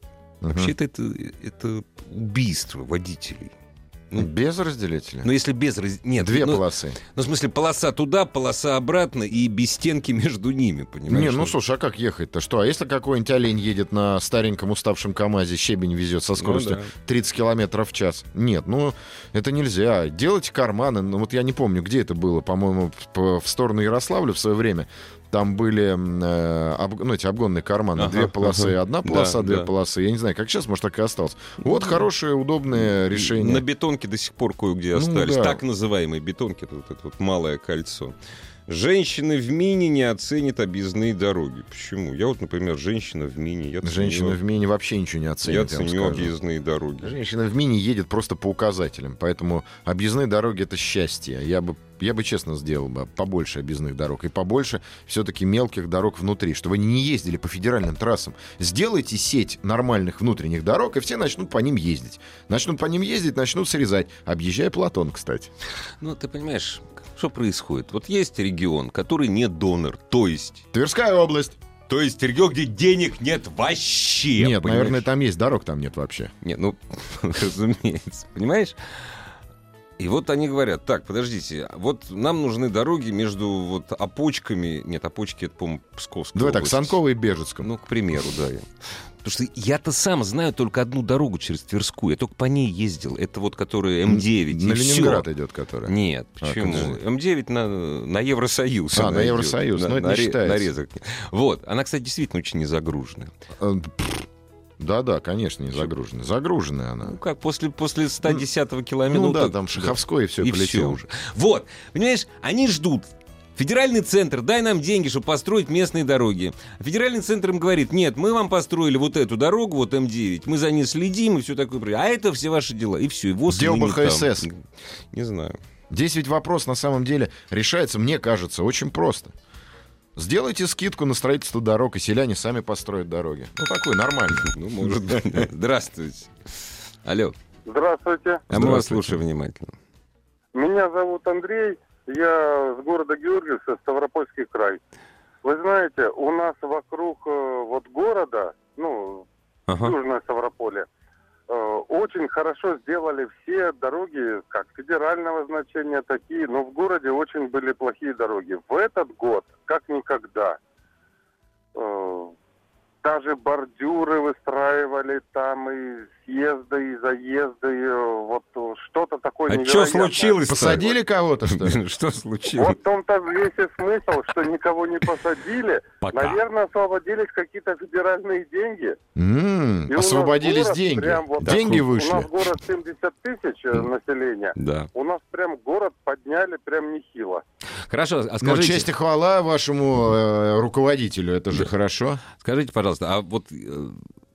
B: Мгм.
A: Вообще-то это, это убийство водителей. ну-
B: Без разделителя?
A: Но если без... раз- Нет,
B: Две
A: ну,
B: полосы.
A: ну, в смысле, полоса туда, полоса обратно и без стенки между ними, понимаешь?
B: Не, ну слушай, а как ехать-то? Что, а если какой-нибудь олень едет на стареньком уставшем КАМАЗе, щебень везет со
A: Ну
B: скоростью
A: да.
B: 30 километров в час? Нет, ну это нельзя. Делать карманы, ну вот я не помню, где это было, по-моему, п- в сторону Ярославля в свое время. Там были м, э, об- ну, эти обгонные карманы.
A: Ага,
B: две полосы, одна
A: Да,
B: полоса,
A: Ну,
B: две
A: да.
B: полосы. Я не знаю, как сейчас, может, так и осталось. Вот хорошее, удобное э, решение.
A: На бетонке до сих пор кое-где
B: Ну
A: остались.
B: да.
A: Так называемые бетонки, это вот это вот малое кольцо. Женщины в мини не оценят объездные дороги. Почему? Я вот, например, женщина в мини. Я ценю-
B: Женщина в мини вообще ничего не
A: ну, я
B: оценит. я вам
A: ценю
B: скажу.
A: объездные дороги.
B: Женщина в мини едет просто по указателям, поэтому объездные дороги это счастье. Я бы, я бы честно сделал бы побольше объездных дорог и побольше все-таки мелких дорог внутри, чтобы они не ездили по федеральным трассам. Сделайте сеть нормальных внутренних дорог, и все начнут по ним ездить. Начнут по ним ездить, начнут срезать. Объезжая Платон, кстати.
A: Ну, ты понимаешь, что происходит? Вот есть регион, который не донор, то есть...
B: Тверская область.
A: То есть регион, где денег нет вообще.
B: Нет,
A: понимаешь?
B: наверное, там есть дорог, там нет вообще.
A: Не, ну, разумеется, понимаешь? И вот они говорят, так, подождите, вот нам нужны дороги между вот опочками, нет, опочки, это, по-моему, Псковская
B: Давай так,
A: область.
B: Санково и Бежецком.
A: Ну, к примеру, да. Потому что я-то сам знаю только одну дорогу через Тверскую, я только по ней ездил, это вот которая М9,
B: На
A: и всё.
B: Ленинград идет, которая.
A: Нет,
B: А, как
A: почему?
B: же?
A: М9 на, на Евросоюз.
B: А,
A: она
B: на
A: идёт.
B: Евросоюз,
A: На-
B: ну, это не
A: на ре-
B: считается.
A: нарезок. Вот, она, кстати, действительно очень незагруженная.
B: Э, пф. Да-да, конечно, не загруженная. Загруженная она.
A: Ну как, после, после 110 километра...
B: Ну, да,
A: так-
B: там Шаховской и все
A: и все
B: полетело.
A: уже. Вот, понимаешь, они ждут. Федеральный центр, дай нам деньги, чтобы построить местные дороги. А Федеральный центр им говорит, нет, мы вам построили вот эту дорогу, вот М9, мы за ней следим и все такое. прочее. А это все ваши дела. И все, и ВОЗ
B: Где
A: и
B: оба
A: не там.
B: ХСС?
A: Не знаю.
B: Здесь ведь вопрос на самом деле решается, мне кажется, очень просто. Сделайте скидку на строительство дорог, и селяне сами построят дороги. Ну, такой нормальный.
A: Ну, может быть. Здравствуйте. Алло.
F: Здравствуйте.
A: А мы вас
B: Здравствуйте.
A: слушаем внимательно.
F: Меня зовут Андрей, я с города Георгиевска, Ставропольский край. Вы знаете, у нас вокруг э, вот города, ну,
A: Ага.
F: Южное Ставрополе, э, очень хорошо сделали все дороги, как федерального значения такие, но в городе очень были плохие дороги. В этот год, как никогда, э, даже бордюры выстраивали там, и съезды, и заезды, и э, вот э, что-то такое
A: А что
F: невероятное.
A: случилось
B: Посадили кого-то, что ли?
A: Что случилось?
F: Вот в том-то весь и смысл, что никого не посадили. Наверное, освободились какие-то федеральные деньги.
B: М,
F: И у нас
B: Освободились
F: город
B: деньги.
F: прям вот
B: Деньги
F: такой. У нас
B: вышли.
F: город 70 тысяч э, населения.
A: Да.
F: У нас прям город подняли прям нехило.
A: Хорошо, а
B: Ну,
A: скажите...
B: честь и хвала вашему э, руководителю, это же хорошо.
A: Скажите, пожалуйста, а вот э,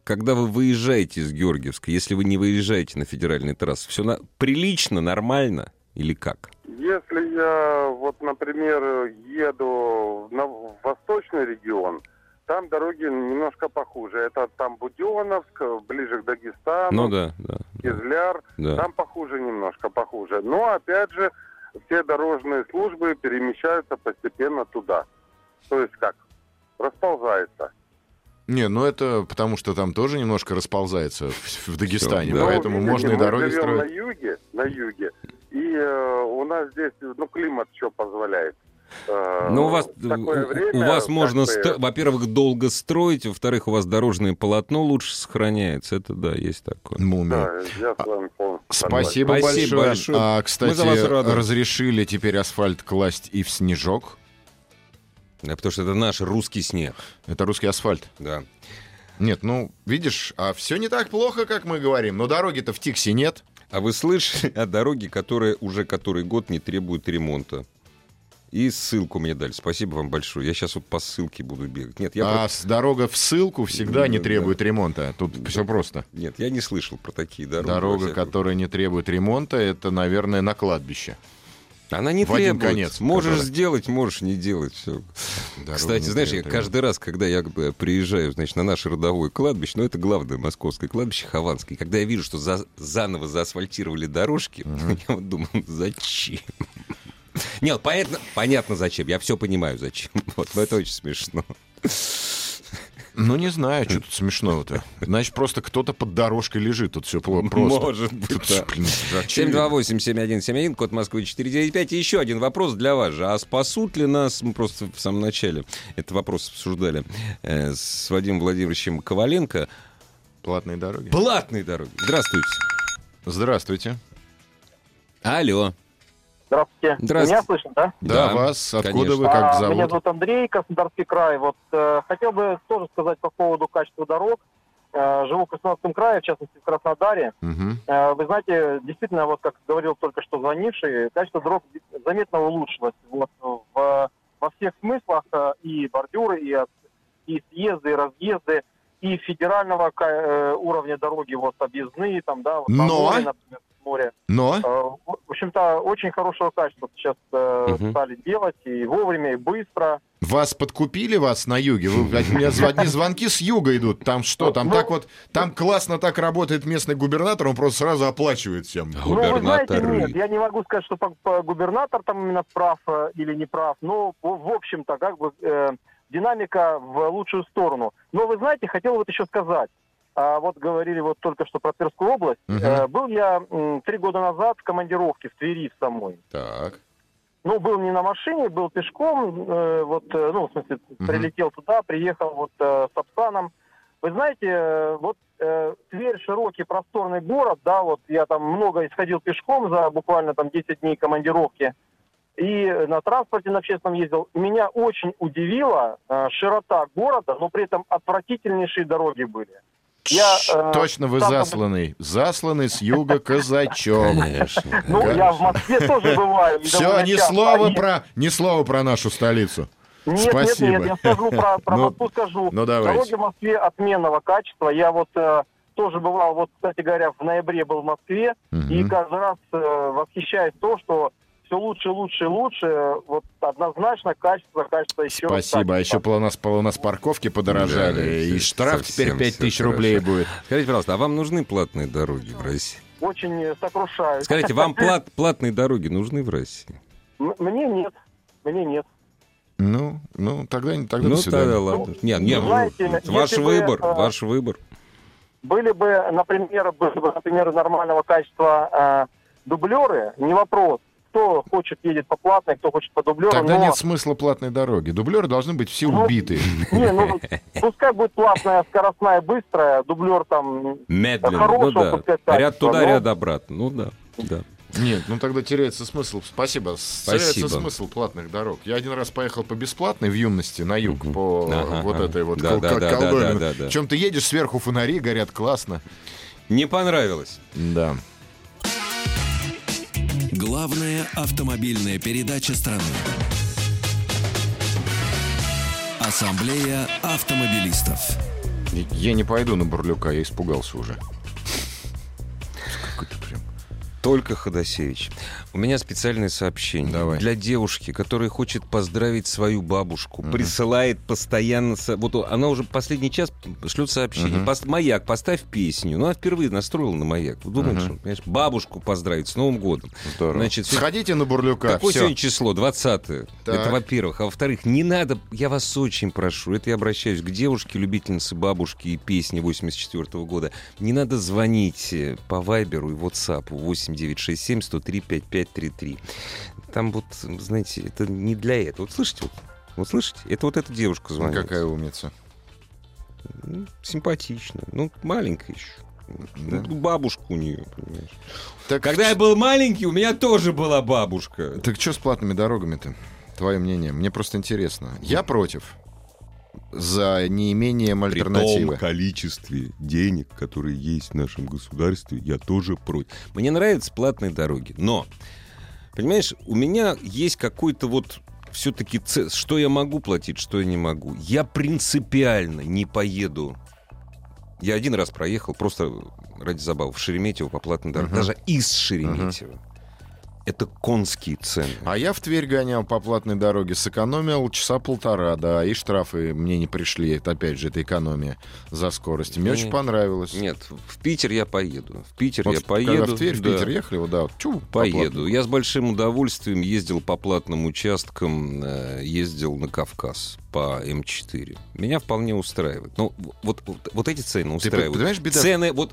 A: когда вы выезжаете из Георгиевска, если вы не выезжаете на федеральный трасс, все прилично, нормально или как?
F: Если я вот, например, э, еду на в восточный регион, там дороги немножко похуже. Это там Буденновск, э, ближе к
A: Ну
F: Дагестану,
A: да, да. да,
F: Кизляр.
A: да.
F: Там похуже немножко, похуже. Но опять же, все дорожные службы перемещаются постепенно туда. То есть как? Расползается.
B: Не, ну это потому что там тоже немножко расползается в, в Дагестане,
A: да.
B: поэтому
F: Ну, видите,
B: можно и
F: мы
B: дороги
F: живем
B: строить.
F: на юге, на юге, и э, у нас здесь, ну, климат что позволяет. Э,
A: Ну, у вас,
F: в такое
A: у-
F: время,
A: у вас
F: как
A: можно,
F: бы,
A: ст- во-первых, долго строить, во-вторых, у вас дорожное полотно лучше сохраняется. Это да, есть такое.
B: Ну, ну,
F: Да, я с вами полностью согласен.
B: Спасибо,
A: А, Спасибо
B: большое.
A: большое.
B: А, кстати,
A: Мы за вас рады.
B: разрешили теперь асфальт класть и в снежок.
A: Да, потому что это наш русский снег.
B: Это русский асфальт.
A: Да.
B: Нет, ну, видишь, а все не так плохо, как мы говорим. Но дороги-то в Тиксе нет.
A: А вы слышали о дороге, которая уже который год не требует ремонта? И ссылку мне дали. Спасибо вам большое. Я сейчас вот по ссылке буду бегать. Нет, я
B: а с- дорога в ссылку всегда не
A: Да,
B: требует ремонта. Тут все просто.
A: про- Нет, я не слышал про такие дороги. во
B: Дорога,
A: всяком-
B: которая не требует ремонта, это, наверное, на кладбище.
A: Она не
B: в один
A: требует.
B: конец,
A: можешь
B: которая-
A: сделать, можешь не делать. Все.
B: Дорога
A: Кстати,
B: не
A: знаешь, я
B: требует
A: каждый раз, когда я э, приезжаю, значит, на наше родовое кладбище, ну, это главное московское кладбище Хованское, и когда я вижу, что за- заново заасфальтировали дорожки, я вот думаю, «Ну, зачем? Нет, понятно, понятно зачем, я все понимаю зачем. Вот, но это очень смешно.
B: Ну, не знаю, что тут смешного-то. Значит, просто кто-то под дорожкой лежит, тут все просто.
A: Может быть,
B: Тут,
A: да.
B: блин, очевидно.
A: 728-7171, код Москвы 495. И еще один вопрос для вас же. А спасут ли нас, мы просто в самом начале этот вопрос обсуждали э, с Вадимом Владимировичем Коваленко,
B: Платные дороги.
A: платные дороги. Здравствуйте.
B: Здравствуйте.
A: Алло.
D: Здравствуйте.
A: Здравствуйте.
D: Меня слышно, да?
B: Да, вас. Откуда
A: конечно.
B: вы, как
D: А, Меня
B: зовут?
D: зовут Андрей, Краснодарский край. Вот э, хотел бы тоже сказать по поводу качества дорог. Э, живу в Краснодарском крае, в частности в Краснодаре.
B: Мгм.
D: Э, вы знаете, действительно, вот как говорил только что звонивший, качество дорог заметно улучшилось. Вот в, во всех смыслах э, и бордюры, и, от- и съезды, и разъезды, и федерального ка- э, уровня дороги, вот объездные там, да, вот, на
B: Но!
D: море, например, море.
B: Но
D: Э, В в общем-то, очень хорошего качества сейчас э,
A: Мгм.
D: стали делать и вовремя, и быстро.
B: вас подкупили вас на юге? Вы, блядь, у меня зв- одни звонки с юга идут. Там что? Там
D: Ну-
B: так вот, там классно так работает местный губернатор, он просто сразу оплачивает всем.
D: Ну, вы знаете,
A: Губернаторы.
D: нет, я не могу сказать, что по- по- губернатор там именно прав э, или не прав, но в, в общем-то, как бы э, динамика в лучшую сторону. Но вы знаете, хотел вот еще сказать, а, вот говорили вот только что про Тверскую область.
B: Мгм.
D: Э, был я м, три года назад в командировке в Твери в самой.
B: Так.
D: Ну, был не на машине, был пешком, э, вот, э, ну, в смысле,
B: Мгм.
D: прилетел туда, приехал вот э, с Апсаном. Вы знаете, э, вот э, Тверь широкий, просторный город, да, вот я там много исходил пешком за буквально там 10 дней командировки. И на транспорте на общественном ездил. Меня очень удивила э, широта города, но при этом отвратительнейшие дороги были. Я, э,
B: Точно вы
D: сам-
B: засланный. Засланный с юга казачок.
A: Конечно.
D: Ну, я в Москве тоже бываю.
B: Все,
D: довольно
B: ни
D: часто.
B: слова
D: И-
B: про, ни слова про нашу столицу.
D: Нет,
B: Спасибо.
D: нет, нет, я скажу про, про
B: Ну,
D: Москву, скажу.
B: ну, давайте.
D: Дороги в Москве отменного качества. Я вот э, тоже бывал, вот, кстати говоря, в ноябре был в Москве,
B: Мгм.
D: и каждый раз э, восхищаюсь то, что все лучше, лучше, лучше. Вот однозначно качество, качество еще. раз
B: Спасибо. А еще
D: качество.
B: у нас, у нас парковки подорожали,
A: Да,
B: и
A: это
B: штраф
A: совсем
B: теперь 5000 тысяч
A: всё
B: рублей будет.
A: Скажите, пожалуйста, а вам нужны платные дороги в России?
D: Очень э, сокрушаюсь.
A: Скажите, вам плат- платные дороги нужны в России?
D: М- Мне нет. Мне нет.
B: Ну, ну тогда, не- тогда
A: Ну,
B: до свидания.
A: тогда ладно.
D: Ну,
A: Нет, нет,
D: знаете,
A: ну,
D: если
A: ваш
D: бы,
A: выбор,
D: э,
A: ваш выбор.
D: Были бы, например, были бы, например, нормального качества э, дублеры, не вопрос. Кто хочет едет по платной, кто хочет по дублеру.
B: Тогда
D: но-
B: нет смысла платной дороги. Дублеры должны быть все
D: Ну,
B: убитые.
D: Не, ну, пускай будет платная, скоростная, быстрая, дублер там...
A: Медленно, ну
D: хорошего,
A: да.
D: так сказать,
A: Ряд
D: качества,
A: туда,
D: но-
A: ряд обратно. Ну да, да.
B: Нет, ну тогда теряется смысл. Спасибо. С- Теряется
A: Спасибо.
B: смысл платных дорог. Я один раз поехал по бесплатной в юности на юг
A: Мгм.
B: по
A: Ага,
B: вот
A: ага.
B: этой вот
A: Да,
B: кол-
A: да, да, да,
B: колдобине.
A: да, да, да.
B: Чем ты едешь, сверху фонари горят классно.
A: Не понравилось.
B: Да.
E: Главная автомобильная передача страны. Ассамблея автомобилистов.
B: Я не пойду на Бурлюка, я испугался уже. Какой-то прям...
A: Только Ходосевич. У меня специальное сообщение
B: Давай.
A: для девушки, которая хочет поздравить свою бабушку. Присылает постоянно... со- Вот она уже последний час шлет сообщение.
B: Мгм.
A: Пос- Маяк, поставь песню. Ну, она впервые настроила на маяк. Думаешь,
B: Мгм.
A: понимаешь, бабушку поздравить с Новым годом.
B: Здорово.
A: Значит, всё-
B: Сходите на Бурлюка.
A: Какое
B: всё.
A: сегодня число? 20 Это
B: Так.
A: во-первых. А во-вторых, не надо, я вас очень прошу, это я обращаюсь к девушке, любительнице бабушки и песни 84 года. Не надо звонить э, по Вайберу и WhatsApp 8967 103 5533. Там вот, знаете, это не для этого. Вот слышите, вот, вот слышите? Это вот эта девушка звонит.
B: Какая умница.
A: Ну, симпатичная. Ну, маленькая еще.
B: Да.
A: Ну, бабушка у нее, понимаешь.
B: Так,
A: Когда я был маленький, у меня тоже была бабушка.
B: Так что с платными дорогами-то? Твое мнение. Мне просто интересно. Я против. за неимением
G: При
B: альтернативы.
G: том количестве денег, которые есть в нашем государстве, я тоже против.
A: Мне нравятся платные дороги, но, понимаешь, у меня есть какой-то вот все-таки что я могу платить, что я не могу. Я принципиально не поеду. Я один раз проехал просто ради забавы в Шереметьево по платной дороге,
B: Мгм.
A: даже из Шереметьево. Это конские цены.
B: А я в Тверь гонял по платной дороге, сэкономил часа полтора, да, и штрафы мне не пришли. Это опять же, это экономия за скорость. Мне
A: Не.
B: очень понравилось.
A: Нет, в Питер я поеду. В Питер
B: Вот
A: я
B: в-
A: поеду.
B: Когда в Тверь, в
A: да.
B: Питер ехали, вот, да, вот, тю, по
A: Поеду.
B: платной.
A: Я с большим удовольствием ездил по платным участкам, э, ездил на Кавказ по М4. Меня вполне устраивает. Ну, в- вот, вот, вот эти цены
B: Ты
A: устраивают.
B: понимаешь, беда
A: Цены вот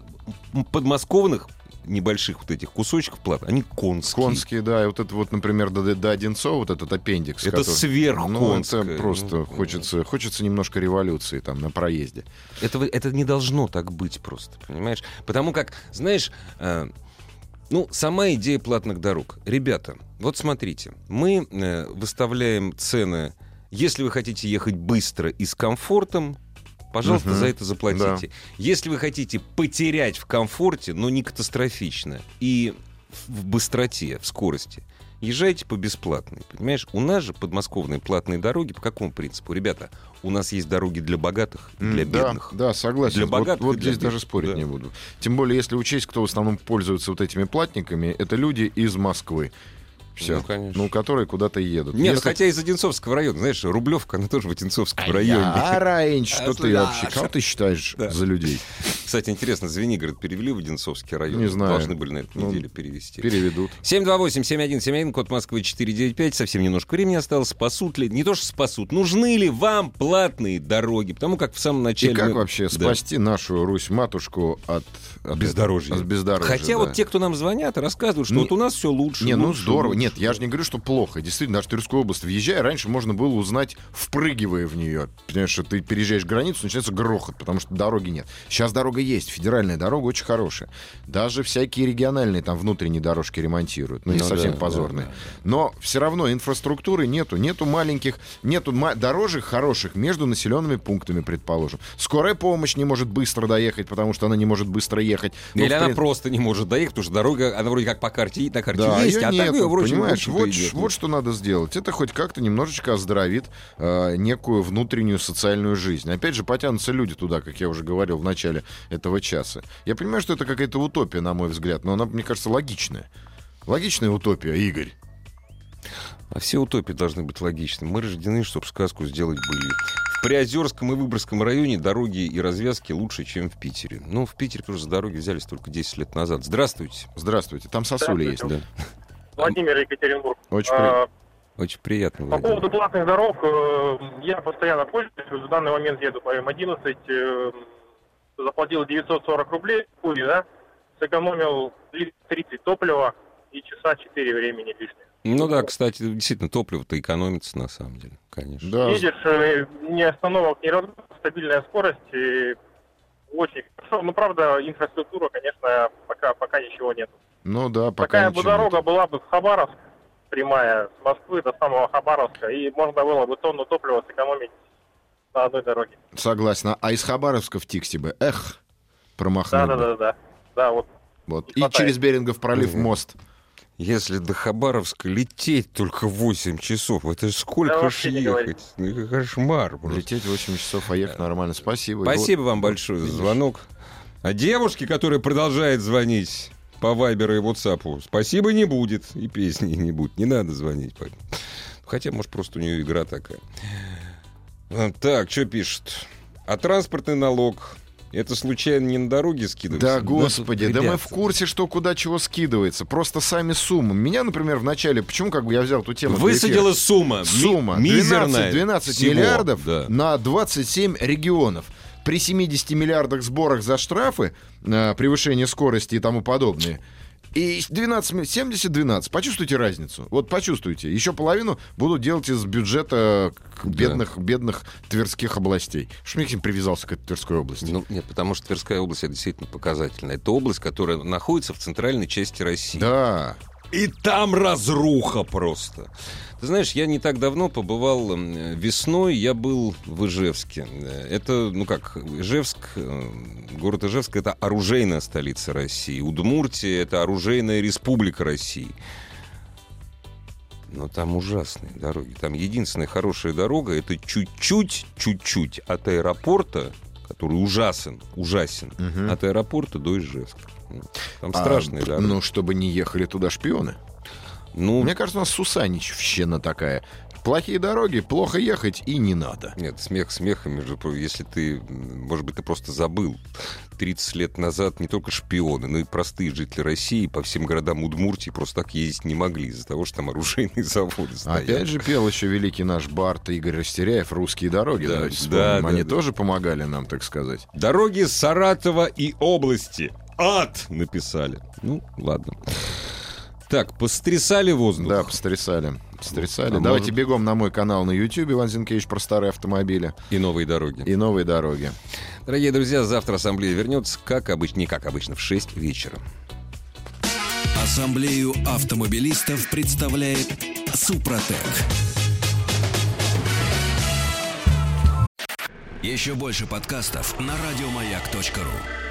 A: м, подмосковных небольших вот этих кусочков плат, они конские.
B: Конские, да, и вот это вот, например, до, до Одинцова, вот этот аппендикс.
A: Это
B: Ну, это
A: сверхконское.
B: просто
A: Ну,
B: хочется, хочется немножко революции там на проезде.
A: Это, вы- это не должно так быть просто, понимаешь? Потому как, знаешь, э, ну, сама идея платных дорог. Ребята, вот смотрите, мы э, выставляем цены, если вы хотите ехать быстро и с комфортом, пожалуйста,
B: Мгм.
A: за это заплатите. Если вы хотите потерять в комфорте, но не катастрофично, и в быстроте, в скорости, езжайте по бесплатной, понимаешь? У нас же подмосковные платные дороги по какому принципу? Ребята, у нас есть дороги для богатых и для
B: М, да,
A: бедных.
B: Да, согласен.
A: Для
B: Вот-
A: богатых
B: вот
A: и для
B: здесь
A: бедных,
B: даже спорить
A: да.
B: не буду. Тем более, если учесть, кто в основном пользуется вот этими платниками, это люди из Москвы. Все.
A: Ну, конечно.
B: Ну, которые куда-то едут.
A: Нет,
B: Если-
A: хотя из Одинцовского района, знаешь, Рублевка, она тоже в Одинцовском районе.
B: А, Я раньше,
A: А,
B: что ты
A: да.
B: вообще? Кого ты считаешь
A: Да.
B: за людей?
A: Кстати, интересно, Звенигород перевели в Одинцовский район?
B: Не знаю.
A: Должны были на этой
B: Ну,
A: неделе перевести.
B: Переведут.
A: 728-7171, код Москвы 495. Совсем немножко времени осталось. Спасут ли? Не то, что спасут. Нужны ли вам платные дороги? Потому как в самом
B: И
A: начале...
B: как
A: мы-
B: вообще
A: Да.
B: спасти нашу Русь-матушку от... от
A: Бездорожья.
B: этого- От бездорожья,
A: Хотя
B: да.
A: вот те, кто нам звонят, рассказывают, что
B: Не-
A: вот у нас все лучше.
B: Не, ну
A: лучше,
B: здорово.
A: лучше.
B: Нет, я же не говорю, что плохо. Действительно, даже Тверскую область въезжая, раньше можно было узнать, впрыгивая в нее. Понимаешь, что ты переезжаешь границу, начинается грохот, потому что дороги нет. Сейчас дорога есть, федеральная дорога очень хорошая. Даже всякие региональные там внутренние дорожки ремонтируют. Ну, не
A: Ну
B: совсем
A: да,
B: позорные.
A: да, да,
B: Но все равно инфраструктуры нету. Нету маленьких, нету ма- дорожек хороших между населенными пунктами, предположим. Скорая помощь не может быстро доехать, потому что она не может быстро ехать. Ну,
A: Или
B: в
A: она
B: принципе,
A: просто не может доехать, потому что дорога, она вроде как по карте, на карте
B: да,
A: есть,
B: её
A: а так
B: нету,
A: её вроде
B: понимаешь,
A: в общем-то,
B: вот,
A: и
B: ш-
A: нет.
B: вот что надо сделать. Это хоть как-то немножечко оздоровит э, некую внутреннюю социальную жизнь. Опять же, потянутся люди туда, как я уже говорил в начале этого часа. Я понимаю, что это какая-то утопия, на мой взгляд, но она, мне кажется, логичная. Логичная утопия, Игорь.
A: А все утопии должны быть логичны. Мы рождены, чтобы сказку сделать были. В Приозерском и Выборгском районе дороги и развязки лучше, чем в Питере. Ну, в Питере тоже за дороги взялись только 10 лет назад. Здравствуйте.
B: Здравствуйте. Там сосуля есть.
D: Здравствуйте.
A: Да.
D: Владимир Екатеринбург.
B: Очень приятно.
D: А,
A: Очень приятно,
D: По
A: Владимир.
D: поводу платных дорог, э, я постоянно пользуюсь. В данный момент еду по М11, э, заплатил 940 рублей, пули, да, сэкономил 30 топлива и часа 4 времени лишних.
A: Ну да, кстати, действительно, топливо-то экономится на самом деле, конечно.
B: Да,
D: Едешь, э, ни остановок, ни разгона, стабильная скорость, и очень хорошо. Ну, правда, инфраструктура, конечно, пока, пока ничего нет.
B: ну да, пока
D: Такая бы
B: ничего
D: дорога
B: нет.
D: была бы в Хабаровск, прямая, с Москвы до самого Хабаровска, и можно было бы тонну топлива сэкономить на одной дороге.
B: Согласен. А из Хабаровска в Тикси бы, эх, промахнул
D: Да, да,
B: бы.
D: да, да. Да, вот.
B: Вот.
D: Не
B: И
D: хватает.
B: через Берингов пролив
A: Мгм.
B: мост.
A: Если до Хабаровска лететь только 8 часов, это ж
D: Да
A: сколько ж
D: вообще не
A: ехать? Ну, это Кошмар просто.
B: Лететь 8 часов, а ехать нормально. Спасибо. И вот-
A: Спасибо вам большое за звонок. А девушке, которая продолжает звонить по Вайберу и Ватсапу, спасибо не будет, и песни не будет. Не надо звонить. Павел. Хотя, может, просто у нее игра такая. А, Так, что пишет? А транспортный налог... Это случайно не на дороге скидывается?
B: Да, господи, да, мы
A: ребят,
B: в курсе, что куда чего скидывается. Просто сами суммы. Меня, например, в начале, почему как бы я взял эту тему? для
A: Высадила
B: эфира?
A: сумма. ми-
B: сумма 12,
A: мизерная
B: 12
A: всего,
B: миллиардов
A: да.
B: на 27 регионов. При 70 миллиардах сборах за штрафы, э, превышение скорости и тому подобное. И 70-12. Почувствуйте разницу. Вот почувствуйте. Еще половину будут делать из бюджета к-
A: Да.
B: бедных, бедных тверских областей. Что мне к ним привязался к этой Тверской области?
A: Ну, нет, потому что Тверская область это действительно показательная. Это область, которая находится в центральной части России.
B: да.
A: И там разруха просто. Ты знаешь, я не так давно побывал м, весной, я был в Ижевске. Э, Это, ну как, Ижевск, э, город Ижевск, это оружейная столица России. Удмуртия — это оружейная республика России. Но там ужасные дороги. Там единственная хорошая дорога — это чуть-чуть, чуть-чуть от аэропорта, который ужасен, ужасен,
B: Мгм.
A: от аэропорта до Ижевска. Там
B: А,
A: страшные
B: п-
A: дороги.
B: Ну, чтобы не ехали туда шпионы.
A: Ну,
B: Мне кажется, у нас Сусаничевщина такая. Плохие дороги, плохо ехать и не надо.
A: Нет, смех смехом, между прочим, если ты, м, может быть, ты просто забыл. 30 лет назад не только шпионы, но и простые жители России по всем городам Удмуртии просто так ездить не могли из-за того, что там оружейные заводы стоят.
B: Опять же пел еще великий наш Барт Игорь Растеряев «Русские дороги».
A: Да,
B: Давайте
A: да,
B: вспомним.
A: да,
B: Они
A: да.
B: тоже помогали нам, так сказать.
A: Дороги Саратова и области. Ад! Написали. Ну, ладно. Так, пострясали воздух.
B: Да, пострясали. Пострясали.
A: А
B: Давайте
A: может-
B: бегом на мой канал на Ютьюбе «Ван Зинкевич про старые автомобили»
A: И новые дороги.
B: и новые дороги.
A: Дорогие друзья, завтра ассамблея вернется, как обычно, не как обычно, в 6 вечера.
E: Ассамблею автомобилистов представляет Супротек. Еще больше подкастов на радиомаяк.ру.